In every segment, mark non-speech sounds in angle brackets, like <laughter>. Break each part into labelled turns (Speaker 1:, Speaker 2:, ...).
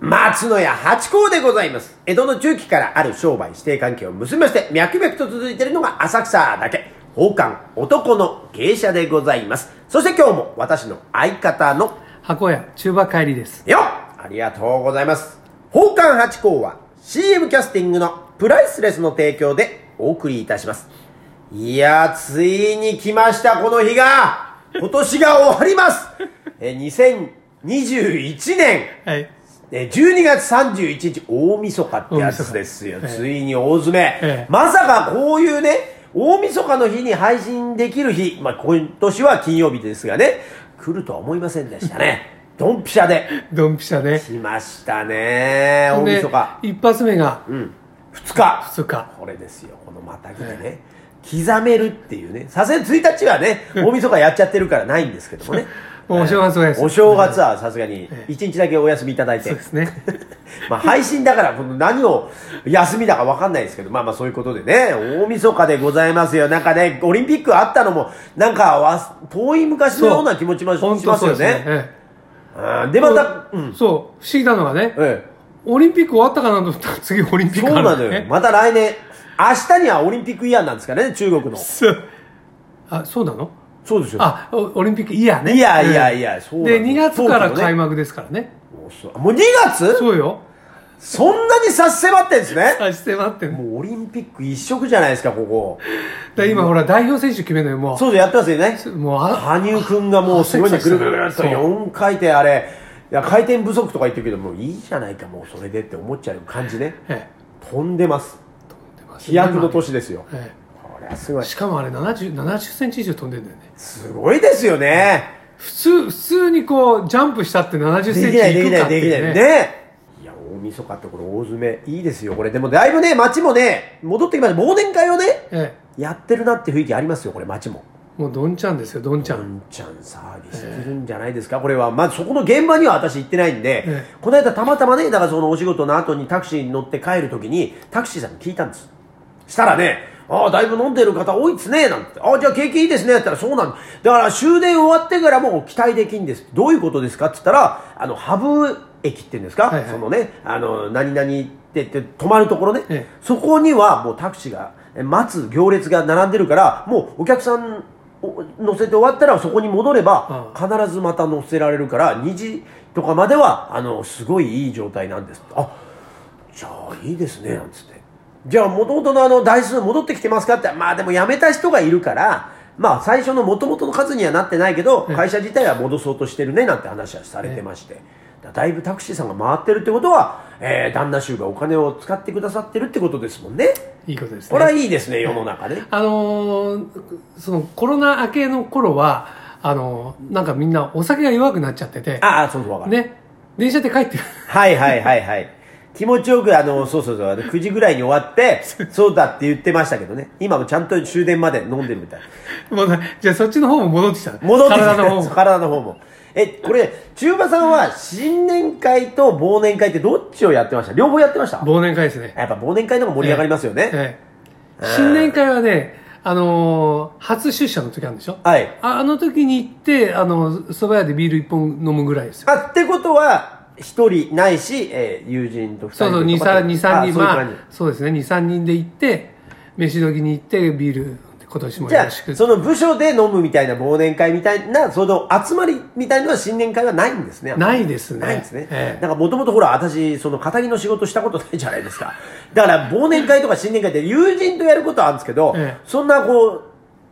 Speaker 1: 松野屋八甲でございます。江戸の中期からある商売指定関係を結びまして、脈々と続いているのが浅草だけ、宝冠男の芸者でございます。そして今日も私の相方の
Speaker 2: 箱屋中馬帰りです
Speaker 1: よっありがとうございます。宝冠八甲は CM キャスティングのプライスレスの提供でお送りいたします。いやー、ついに来ました、この日が今年が終わりますえー !2021 年
Speaker 2: はい
Speaker 1: えー12月31日大晦日ってやつですよ。
Speaker 2: 大晦日
Speaker 1: ついに大詰め、
Speaker 2: ええ
Speaker 1: まさかこういうね、大晦日の日に配信できる日、まあ今年は金曜日ですがね、来るとは思いませんでしたね。
Speaker 2: <laughs>
Speaker 1: ドンピシャで
Speaker 2: ドンピシャで
Speaker 1: 来ましたね。大
Speaker 2: で
Speaker 1: 晦日。
Speaker 2: 一発目が
Speaker 1: うん。2日。
Speaker 2: 2日。
Speaker 1: これですよ。このまたぎでね。刻めるっていうね。さすがに1日はね、大晦日やっちゃってるからないんですけどもね
Speaker 2: <laughs> もうお正月お休み
Speaker 1: お正月はさすがに1日だけお休みいただいて。
Speaker 2: そうですね
Speaker 1: <laughs> まあ配信だから、この何を休みだか分かんないですけど、まあまあそういうことでね、大晦日でございますよ。なんかね、オリンピックあったのも、なんかわ遠い昔のような気持ちもし
Speaker 2: 本
Speaker 1: ま
Speaker 2: 当
Speaker 1: す
Speaker 2: そう
Speaker 1: よ
Speaker 2: で
Speaker 1: ね。
Speaker 2: すねえ
Speaker 1: うんで、
Speaker 2: え
Speaker 1: また、うん。
Speaker 2: そう不思議なのがね
Speaker 1: ええ
Speaker 2: オリンピック終わったかなと思ったら <laughs> 次オリンピッ
Speaker 1: そ
Speaker 2: ク
Speaker 1: う
Speaker 2: ある
Speaker 1: なんの
Speaker 2: だ
Speaker 1: よ。また来年、明日にはオリンピックイヤーなんですかね、中国の。
Speaker 2: そうあそうなの
Speaker 1: そうですよ。
Speaker 2: あおオリンピックイヤーね
Speaker 1: いやいやいやそうなの
Speaker 2: で2月から
Speaker 1: そうなのね
Speaker 2: 開幕ですからね
Speaker 1: もうそうもう2月そ
Speaker 2: そうよ
Speaker 1: んなに差し迫ってんですね。
Speaker 2: あして待ってんの
Speaker 1: もうオリンピック一色じゃないですか、ここ。
Speaker 2: で今ほら代表選手決めるのよも
Speaker 1: そうそうやってますよね。
Speaker 2: うもうあ
Speaker 1: 羽生くんがもうすごいね、ぐるぐるぐるっと
Speaker 2: そう
Speaker 1: 4回転あれ、いや、回転不足とか言ってるけど、もういいじゃないか、もうそれでって思っちゃう感じね。
Speaker 2: え
Speaker 1: 飛んでます。
Speaker 2: え出ます
Speaker 1: 飛躍の年ですよ。
Speaker 2: え
Speaker 1: これはすご
Speaker 2: え
Speaker 1: い。
Speaker 2: しかもあれ70 70センチ以上飛んでんだよね
Speaker 1: すごいですよね。
Speaker 2: 普通、普通にこう、ジャンプしたって70
Speaker 1: で
Speaker 2: セ
Speaker 1: き
Speaker 2: ンチ
Speaker 1: ない、
Speaker 2: い
Speaker 1: でき
Speaker 2: くか
Speaker 1: な
Speaker 2: っ
Speaker 1: い、
Speaker 2: て
Speaker 1: で
Speaker 2: い
Speaker 1: きな
Speaker 2: う
Speaker 1: い。
Speaker 2: ね。
Speaker 1: ね。いや、大晦日ってこれ大詰め、いいですよ、これ。でもだいぶね、街もね、戻ってきました。忘年会をね、
Speaker 2: え
Speaker 1: やってるなって雰囲気ありますよ、これ、街も。
Speaker 2: え、もうどんちゃんですよ、どんちゃ
Speaker 1: ワ
Speaker 2: ん。
Speaker 1: ンちゃんサービスするんじゃないですか、これは、まずそこの現場には私行ってないんで、
Speaker 2: ええ
Speaker 1: この間たまたまね、だからそのお仕事の後にタクシーに乗って帰るときに、タクシーさんに聞いたんです。したらね、ああ、だいぶ飲んでる方多いですね、なんて。ああ、じゃあ景気いいですね、やったらそうなんだ。だから終電終わってからもう期待できんです。どういうことですかって言ったら、あの、ハブ駅っていうんですか、
Speaker 2: はいはい
Speaker 1: そのね、あの、何々ってって止まるところね、
Speaker 2: ええ
Speaker 1: そこにはもうタクシーがえ待つ行列が並んでるからもうお客さんを乗せて終わったらそこに戻れば
Speaker 2: あ
Speaker 1: 必ずまた乗せられるから2時とかまではあのすごいいい状態なんですあじゃあいいですねなんつってじゃあ元々のあの台数戻ってきてますかってまあでも辞めた人がいるからまあ最初の元々の数にはなってないけど
Speaker 2: え
Speaker 1: 会社自体は戻そうとしてるねなんて話はされてましてだだいぶタクシーさんが回ってるってことは、えー旦那衆がお金を使ってくださってるってことですもんね
Speaker 2: いいことです
Speaker 1: これは
Speaker 2: ね。
Speaker 1: いいですね世の中ね
Speaker 2: あのーそのコロナ明けの頃は、あのーなんかみんなお酒が弱くなっちゃってて、
Speaker 1: ああそうそうわかる、
Speaker 2: ね、電車で帰ってる。 <laughs>
Speaker 1: はいはいはいはい気持ちよくあのそうそうそうあの9時ぐらいに終わ
Speaker 2: <laughs>
Speaker 1: ってそうだって言ってましたけどね今もちゃんと終電まで飲んでるみたい
Speaker 2: もうなじゃあそっちの方も戻ってきた。
Speaker 1: 戻ってきて
Speaker 2: 体の方も。
Speaker 1: 体の方も。え、これ、中馬さんは新年会と忘年会ってどっちをやってました両方やってました
Speaker 2: 忘年会ですね。
Speaker 1: やっぱ忘年会の方が盛り上がりますよね。
Speaker 2: ええ新年会はね、あのー初出社の時あるんでしょ
Speaker 1: はい。
Speaker 2: ああの時に行って、あの、蕎麦屋でビール一本飲むぐらいですよ。
Speaker 1: あ、ってことは、一人ないし、えー友人と二
Speaker 2: そ
Speaker 1: 人と
Speaker 2: うそ
Speaker 1: か
Speaker 2: う、2、3、二三
Speaker 1: あ
Speaker 2: 人、
Speaker 1: そういう
Speaker 2: まあ
Speaker 1: 感じ、
Speaker 2: そうですね、2、3人で行って、飯時に行って、ビール、今年も
Speaker 1: じ
Speaker 2: よ
Speaker 1: ゃ
Speaker 2: ろしく。
Speaker 1: あ、その部署で飲むみたいな忘年会みたいな、その集まりみたいなのは新年会はないんですね。あんまり
Speaker 2: ないですね。
Speaker 1: ないんですね。
Speaker 2: ええ
Speaker 1: なんかもともとほら、私、その、肩着の仕事したことないじゃないですか。だから、忘年会とか新年会って友人とやることはあるんですけど、
Speaker 2: ええ
Speaker 1: そんなこ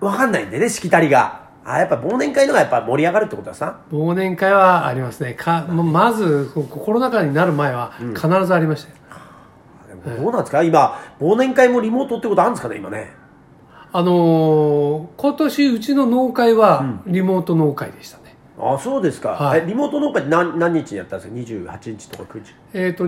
Speaker 1: う、わかんないんでね、しきたりが。あ、やっぱ忘年会のがやっぱ盛り上がるってことはさ。
Speaker 2: 忘年会はありますね。か、ままず、こコロナ禍になる前は、必ずありましたよ。
Speaker 1: でもどうなんですか今、忘年会もリモートってことあるんですかね今ね。
Speaker 2: あのー今年、うちの農会は、リモート農会でしたね。
Speaker 1: あ、そうですか。
Speaker 2: はい
Speaker 1: えリモート農家って何何日にやったんですか ?28 日とか9日。
Speaker 2: えっ、と、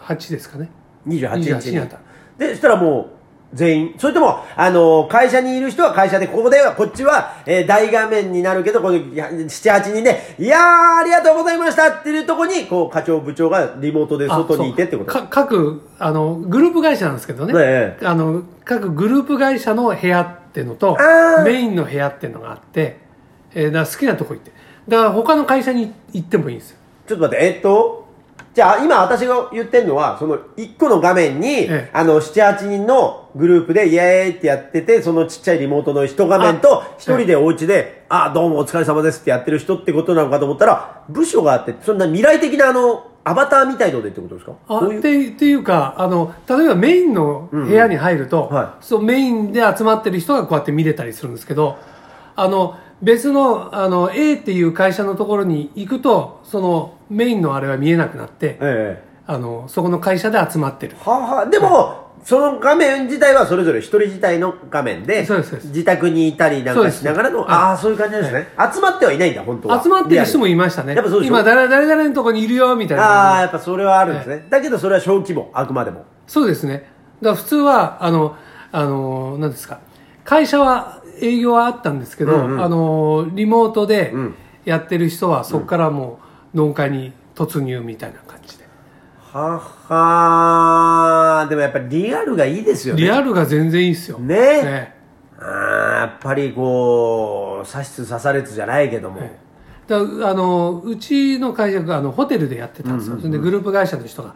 Speaker 2: 28ですかね。
Speaker 1: 28
Speaker 2: 28
Speaker 1: 日
Speaker 2: 日
Speaker 1: に
Speaker 2: に
Speaker 1: や
Speaker 2: や
Speaker 1: っ
Speaker 2: ったた
Speaker 1: でそしたらもう全員それともあの会社にいる人は会社でここではこっちは、えー大画面になるけどこの78人で「いやーありがとうございました」っていうところにこう課長部長がリモートで外にいてってこと
Speaker 2: あそうか各あのグループ会社なんですけどね、
Speaker 1: え
Speaker 2: あの各グループ会社の部屋っていうのと
Speaker 1: あー
Speaker 2: メインの部屋っていうのがあって、えーだから好きなとこ行ってだから他の会社に行ってもいいんですよ
Speaker 1: ちょっと待ってえっとじゃあ、今私が言ってるのは、その1個の画面に、
Speaker 2: ええ
Speaker 1: あの、7、8人のグループでイエーイってやってて、そのちっちゃいリモートの1画面と
Speaker 2: あ、
Speaker 1: 1人でお家で、ああ、どうもお疲れ様ですってやってる人ってことなのかと思ったら、部署があって、そんな未来的なあの、アバターみたいのでってことですか
Speaker 2: あ
Speaker 1: どういう
Speaker 2: ってっていうかあの例えばメインの部屋に入ると、
Speaker 1: うんは
Speaker 2: そうメインで集まってる人がこうやって見れたりするんですけどあの別のあの A っていう会社のところに行くとそのメインのあれは見えなくなって、
Speaker 1: ええ
Speaker 2: あのそこの会社で集まってる
Speaker 1: はあはあでも、その画面自体はそれぞれ一人自体の画面で
Speaker 2: そうですそうです
Speaker 1: 自宅にいたりなん
Speaker 2: そう
Speaker 1: か
Speaker 2: です
Speaker 1: しながらの
Speaker 2: はい
Speaker 1: ああそういう感じなんですね、集まってはいないんだ本当は
Speaker 2: 集まってる人も
Speaker 1: リ
Speaker 2: いましたね
Speaker 1: やっぱそうでしょ
Speaker 2: 今誰々誰々のとこにいるよみたい
Speaker 1: アルにああ
Speaker 2: な
Speaker 1: やっぱそれはあるんですね、だけどそれは小規模あくまでも
Speaker 2: そうですねだから普通はあのあのなんですか会社は営業はあったんですけど、
Speaker 1: うんうん
Speaker 2: あのリモートで
Speaker 1: ん
Speaker 2: やってる人はそこからもう農家に突入みたいな感じで、
Speaker 1: はあはあでもやっぱりリアルがいいですよね
Speaker 2: リアルが全然いいですよ
Speaker 1: ね
Speaker 2: ええ
Speaker 1: あーやっぱりこう刺しつ刺されつじゃないけども、
Speaker 2: だあのうちの会社があのホテルでやってたんですよ、それでグループ会社の人が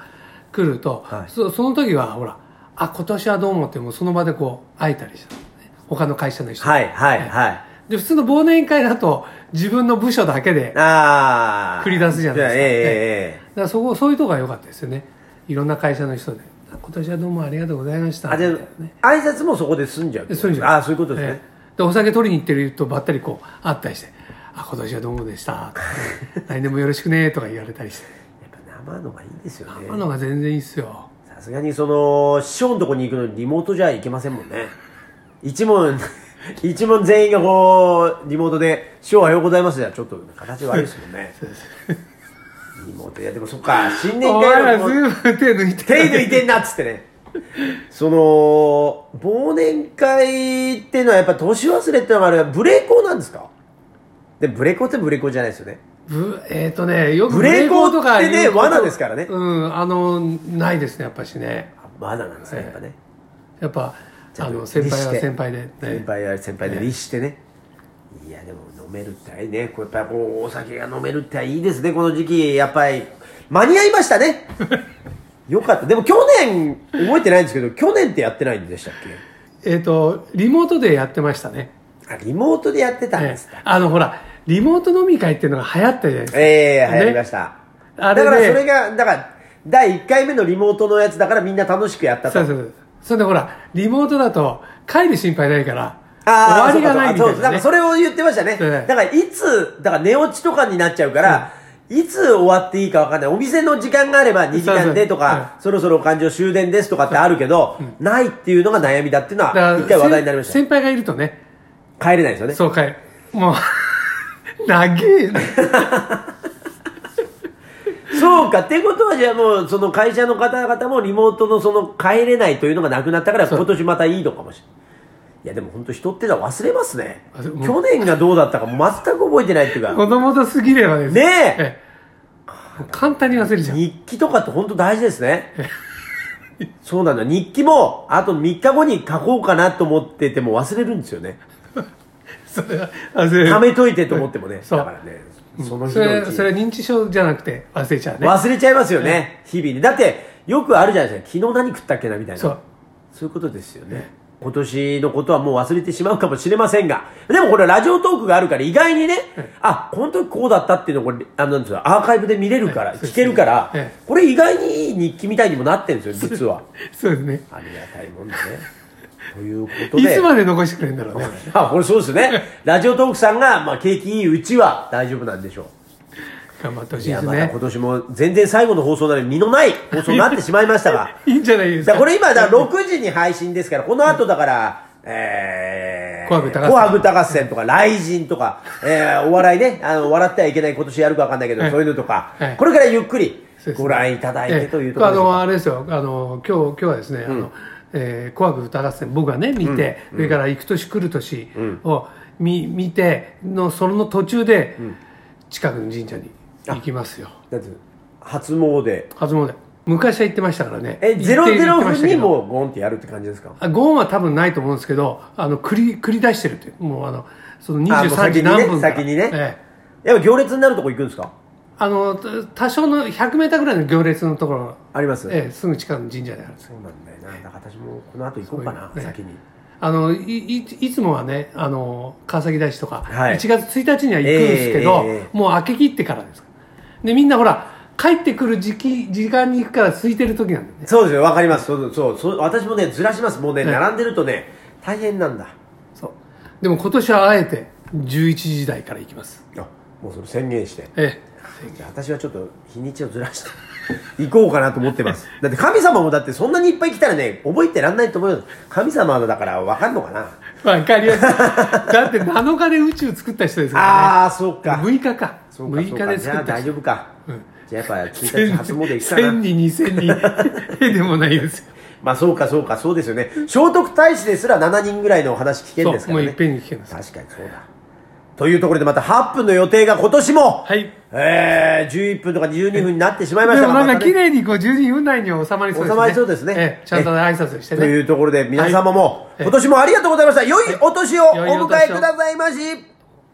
Speaker 2: 来ると、
Speaker 1: はい
Speaker 2: そその時はほらあ今年はどうもってもうその場でこう会えたりしたのね他の会社の人と
Speaker 1: はいはいはい、
Speaker 2: で普通の忘年会だと自分の部署だけでだか
Speaker 1: ああ
Speaker 2: 繰り出すじゃないですか
Speaker 1: ええええええ
Speaker 2: らそこそういうとこが良かったですよねいろんな会社の人であ今年はどうもありがとうございました
Speaker 1: あじゃ
Speaker 2: みたいなね
Speaker 1: あ挨拶もそこで済んじゃう
Speaker 2: でそういうんじゃない
Speaker 1: あーそういうことですね、
Speaker 2: ええでお酒取りに行ってるとばったりこう会ったりしてあ今年はどうも
Speaker 1: <laughs>
Speaker 2: でしたとか来年もよろしくねとか言われたりして
Speaker 1: やっぱ生のがいいですよ
Speaker 2: 今
Speaker 1: ね
Speaker 2: のが全然いいっすよ
Speaker 1: さすがにその師匠のとこに行くのにリモートじゃいけませんもんね一問 <laughs> 一問全員がこうリモートで「師匠おはようございます」じゃちょっと形悪いですもんねリモートいやでもそっか新年
Speaker 2: お
Speaker 1: 会の
Speaker 2: 前ら
Speaker 1: こ
Speaker 2: ず
Speaker 1: う
Speaker 2: いぶん手抜いて
Speaker 1: 手抜いてんなっつってねその忘年会っていうのはやっぱ年忘れってのがあれはブレイコーなんですかでブレイコーってブレイコーじゃないですよね
Speaker 2: ぶえっ、とねよく
Speaker 1: ブレイコーってね
Speaker 2: 言うこと
Speaker 1: 罠ですからね
Speaker 2: うんあのないですねやっぱしね
Speaker 1: あまだなんですねやっぱね、
Speaker 2: やっぱ
Speaker 1: ちゃ
Speaker 2: あ
Speaker 1: んと
Speaker 2: の先輩は
Speaker 1: 律して
Speaker 2: 先輩で、ね、
Speaker 1: 先輩は先輩で律してね、いやでも飲めるっていいねこうやっぱりこうお酒が飲めるっていいですねこの時期やっぱり間に合いました
Speaker 2: <laughs>
Speaker 1: ねよかったでも去年覚えてないんですけど去年ってやってないんでしたっ
Speaker 2: えっ、とリモートでやってましたね
Speaker 1: けあリモートでやってたんです
Speaker 2: え
Speaker 1: か、
Speaker 2: えあのほらリモート飲み会っていうのが流行ったじゃないですか
Speaker 1: ええ流
Speaker 2: ね
Speaker 1: 行りました、だ
Speaker 2: あれね
Speaker 1: からそれがだから第1回目のリモートのやつだからみんな楽しくやったと
Speaker 2: そうそうそうそれでほらリモートだと帰る心配ないから
Speaker 1: ああ
Speaker 2: 終わりがないみ
Speaker 1: そうかそうかそ
Speaker 2: たい
Speaker 1: う
Speaker 2: な、
Speaker 1: なん
Speaker 2: ね、
Speaker 1: かそれを言ってましたね。
Speaker 2: そう
Speaker 1: だからいつ、だから寝落ちとかになっちゃうから、いつ終わっていいかわかんない。お店の時間があれば2時間でとか、そろそろ感情終電ですとかってあるけど、ないっていうのが悩みだっていうの
Speaker 2: だ
Speaker 1: は、
Speaker 2: から
Speaker 1: 一回話題になりまし
Speaker 2: 先先輩がいるとね
Speaker 1: た。帰れないですよね。
Speaker 2: そうかいもう <laughs> 長えな
Speaker 1: そうか。ってことはじゃあもう、その会社の方々もリモートのその帰れないというのがなくなったから、
Speaker 2: そう
Speaker 1: 今年またいいのかもしれない。いやでも本当人ってのは忘れますね。
Speaker 2: 忘れもう
Speaker 1: 去年がどうだったか全く覚えてないっていうか。
Speaker 2: <laughs> 子供とすぎればです
Speaker 1: ねえ
Speaker 2: ええ簡単に忘れちゃう
Speaker 1: 日記とかって本当大事です
Speaker 2: <laughs>
Speaker 1: ね。そうなんだ。日記も、あと3日後に書こうかなと思ってても忘れるんですよ
Speaker 2: <laughs>
Speaker 1: ね。
Speaker 2: それは忘れる
Speaker 1: 貯めといてと思ってもね。
Speaker 2: そう
Speaker 1: だからね、その日
Speaker 2: そ
Speaker 1: の
Speaker 2: れ
Speaker 1: うち
Speaker 2: それは認知症じゃなくて忘れちゃうね
Speaker 1: 忘れちゃいますよね。日々に。だって、よくあるじゃないですか。昨日何食ったっけなみたいな。
Speaker 2: そう
Speaker 1: そういうことですよね。今年のことはもう忘れてしまうかもしれませんが、でもこれラジオトークがあるから意外にね、あ、この時こうだったっていうのをこれ、あの、なんですか、アーカイブで見れるから、
Speaker 2: ええそうですね
Speaker 1: 聞けるから
Speaker 2: ええ、
Speaker 1: これ意外にいい日記みたいにもなってるんですよ、実
Speaker 2: <laughs>
Speaker 1: は。
Speaker 2: そうですね
Speaker 1: ありがたいもんだね。ということ
Speaker 2: い
Speaker 1: で。
Speaker 2: つまで残してくれるんだろうね
Speaker 1: あ、これそうですね。ラジオトークさんが、まあ、景気いいうちは大丈夫なんでしょう。
Speaker 2: 頑張ってほし
Speaker 1: い
Speaker 2: いで
Speaker 1: や、
Speaker 2: す
Speaker 1: また
Speaker 2: ね
Speaker 1: 今年も全然最後の放送なのに身のない
Speaker 2: <laughs>
Speaker 1: 放送になってしまいましたが。
Speaker 2: いいんじゃないです
Speaker 1: だかこ
Speaker 2: から
Speaker 1: れ今、だから6時に配信ですから、この後だから、えー、
Speaker 2: 紅白歌合戦
Speaker 1: 紅白歌合戦とか、雷神とか、えー、お笑いね、あの、笑ってはいけない今年やるかわかんないけど、
Speaker 2: ええ
Speaker 1: そういうのとか
Speaker 2: ええ、
Speaker 1: これからゆっくり
Speaker 2: そうですね
Speaker 1: ご覧いただいてというとこ
Speaker 2: ええ
Speaker 1: ろ
Speaker 2: あ
Speaker 1: でしょう
Speaker 2: の
Speaker 1: か
Speaker 2: あれですよあの今日今日はですね「あのえー紅白歌合戦」僕がね見て、それから「行く年来る年を」み見てのその途中で、近くの神社に行きますよ
Speaker 1: だって、初詣。
Speaker 2: 初詣昔は行ってましたからね
Speaker 1: え、
Speaker 2: 行って
Speaker 1: ゼロゼロ
Speaker 2: 行ってました
Speaker 1: 分
Speaker 2: け
Speaker 1: に
Speaker 2: ど
Speaker 1: もうゴンってやるって感じですか
Speaker 2: あゴーンは多分ないと思うんですけどあの繰り繰り出してるっていうもうあのその
Speaker 1: あもう
Speaker 2: 23
Speaker 1: 先にね
Speaker 2: 時何分から
Speaker 1: 先にね
Speaker 2: ええ
Speaker 1: やっぱ行列になるとこ行くんですか
Speaker 2: あの多少の100メーターぐらいの行列のところ、
Speaker 1: あります、
Speaker 2: ええ、すぐ近くの神社にあるんです
Speaker 1: そうなんだよなだから私もこの後行こうかな
Speaker 2: そういうね
Speaker 1: 先に
Speaker 2: あのいいいつもはねあの川崎大師とか、
Speaker 1: はい
Speaker 2: 1月1日には行くんですけど、
Speaker 1: えええ
Speaker 2: もう明け切ってからですでみんなほら帰ってくる時期時間に行くから空いてる時なんでね
Speaker 1: そうですよわかりますそうそうそう私もねずらしますもうね
Speaker 2: ええ
Speaker 1: 並んでるとね大変なんだ
Speaker 2: そうでも今年はあえて11時台から行きます
Speaker 1: あもうそれ宣言して
Speaker 2: え
Speaker 1: じゃあ私はちょっと日にちをずらして <laughs> 行こうかなと思ってますだって神様もだってそんなにいっぱい来たらね覚えてらんないと思うよ神様だから分かんのかな
Speaker 2: えわかります
Speaker 1: <laughs>
Speaker 2: だって7日で宇宙作った人ですからね
Speaker 1: ああそうか
Speaker 2: 6日か
Speaker 1: そうか
Speaker 2: 6
Speaker 1: そう
Speaker 2: 日
Speaker 1: か
Speaker 2: で
Speaker 1: じゃ
Speaker 2: 作
Speaker 1: あ
Speaker 2: った
Speaker 1: 大
Speaker 2: 人
Speaker 1: 丈夫か、じゃあやっぱ1日初詣行くかな
Speaker 2: 1000人2000人ええでもないですよ
Speaker 1: まあそうかそうかそうですよね聖徳太子ですら7人ぐらいのお話聞けるんです
Speaker 2: そう
Speaker 1: から
Speaker 2: もう
Speaker 1: ね
Speaker 2: いっぺんに聞けます
Speaker 1: 確かにそうだというところでまた8分の予定が今年も、
Speaker 2: はい
Speaker 1: えー、11分とか12分になってしまいまし
Speaker 2: で
Speaker 1: た
Speaker 2: も
Speaker 1: が
Speaker 2: なん
Speaker 1: ま
Speaker 2: か
Speaker 1: たね
Speaker 2: 綺麗にこう12分内には収まりそうですね。
Speaker 1: 収まりそうですね
Speaker 2: ええちゃんと挨拶して
Speaker 1: とい
Speaker 2: ね。
Speaker 1: うところで皆様も今年もありがとうございました良いお年をお
Speaker 2: 良いお年を
Speaker 1: 迎えくださいまし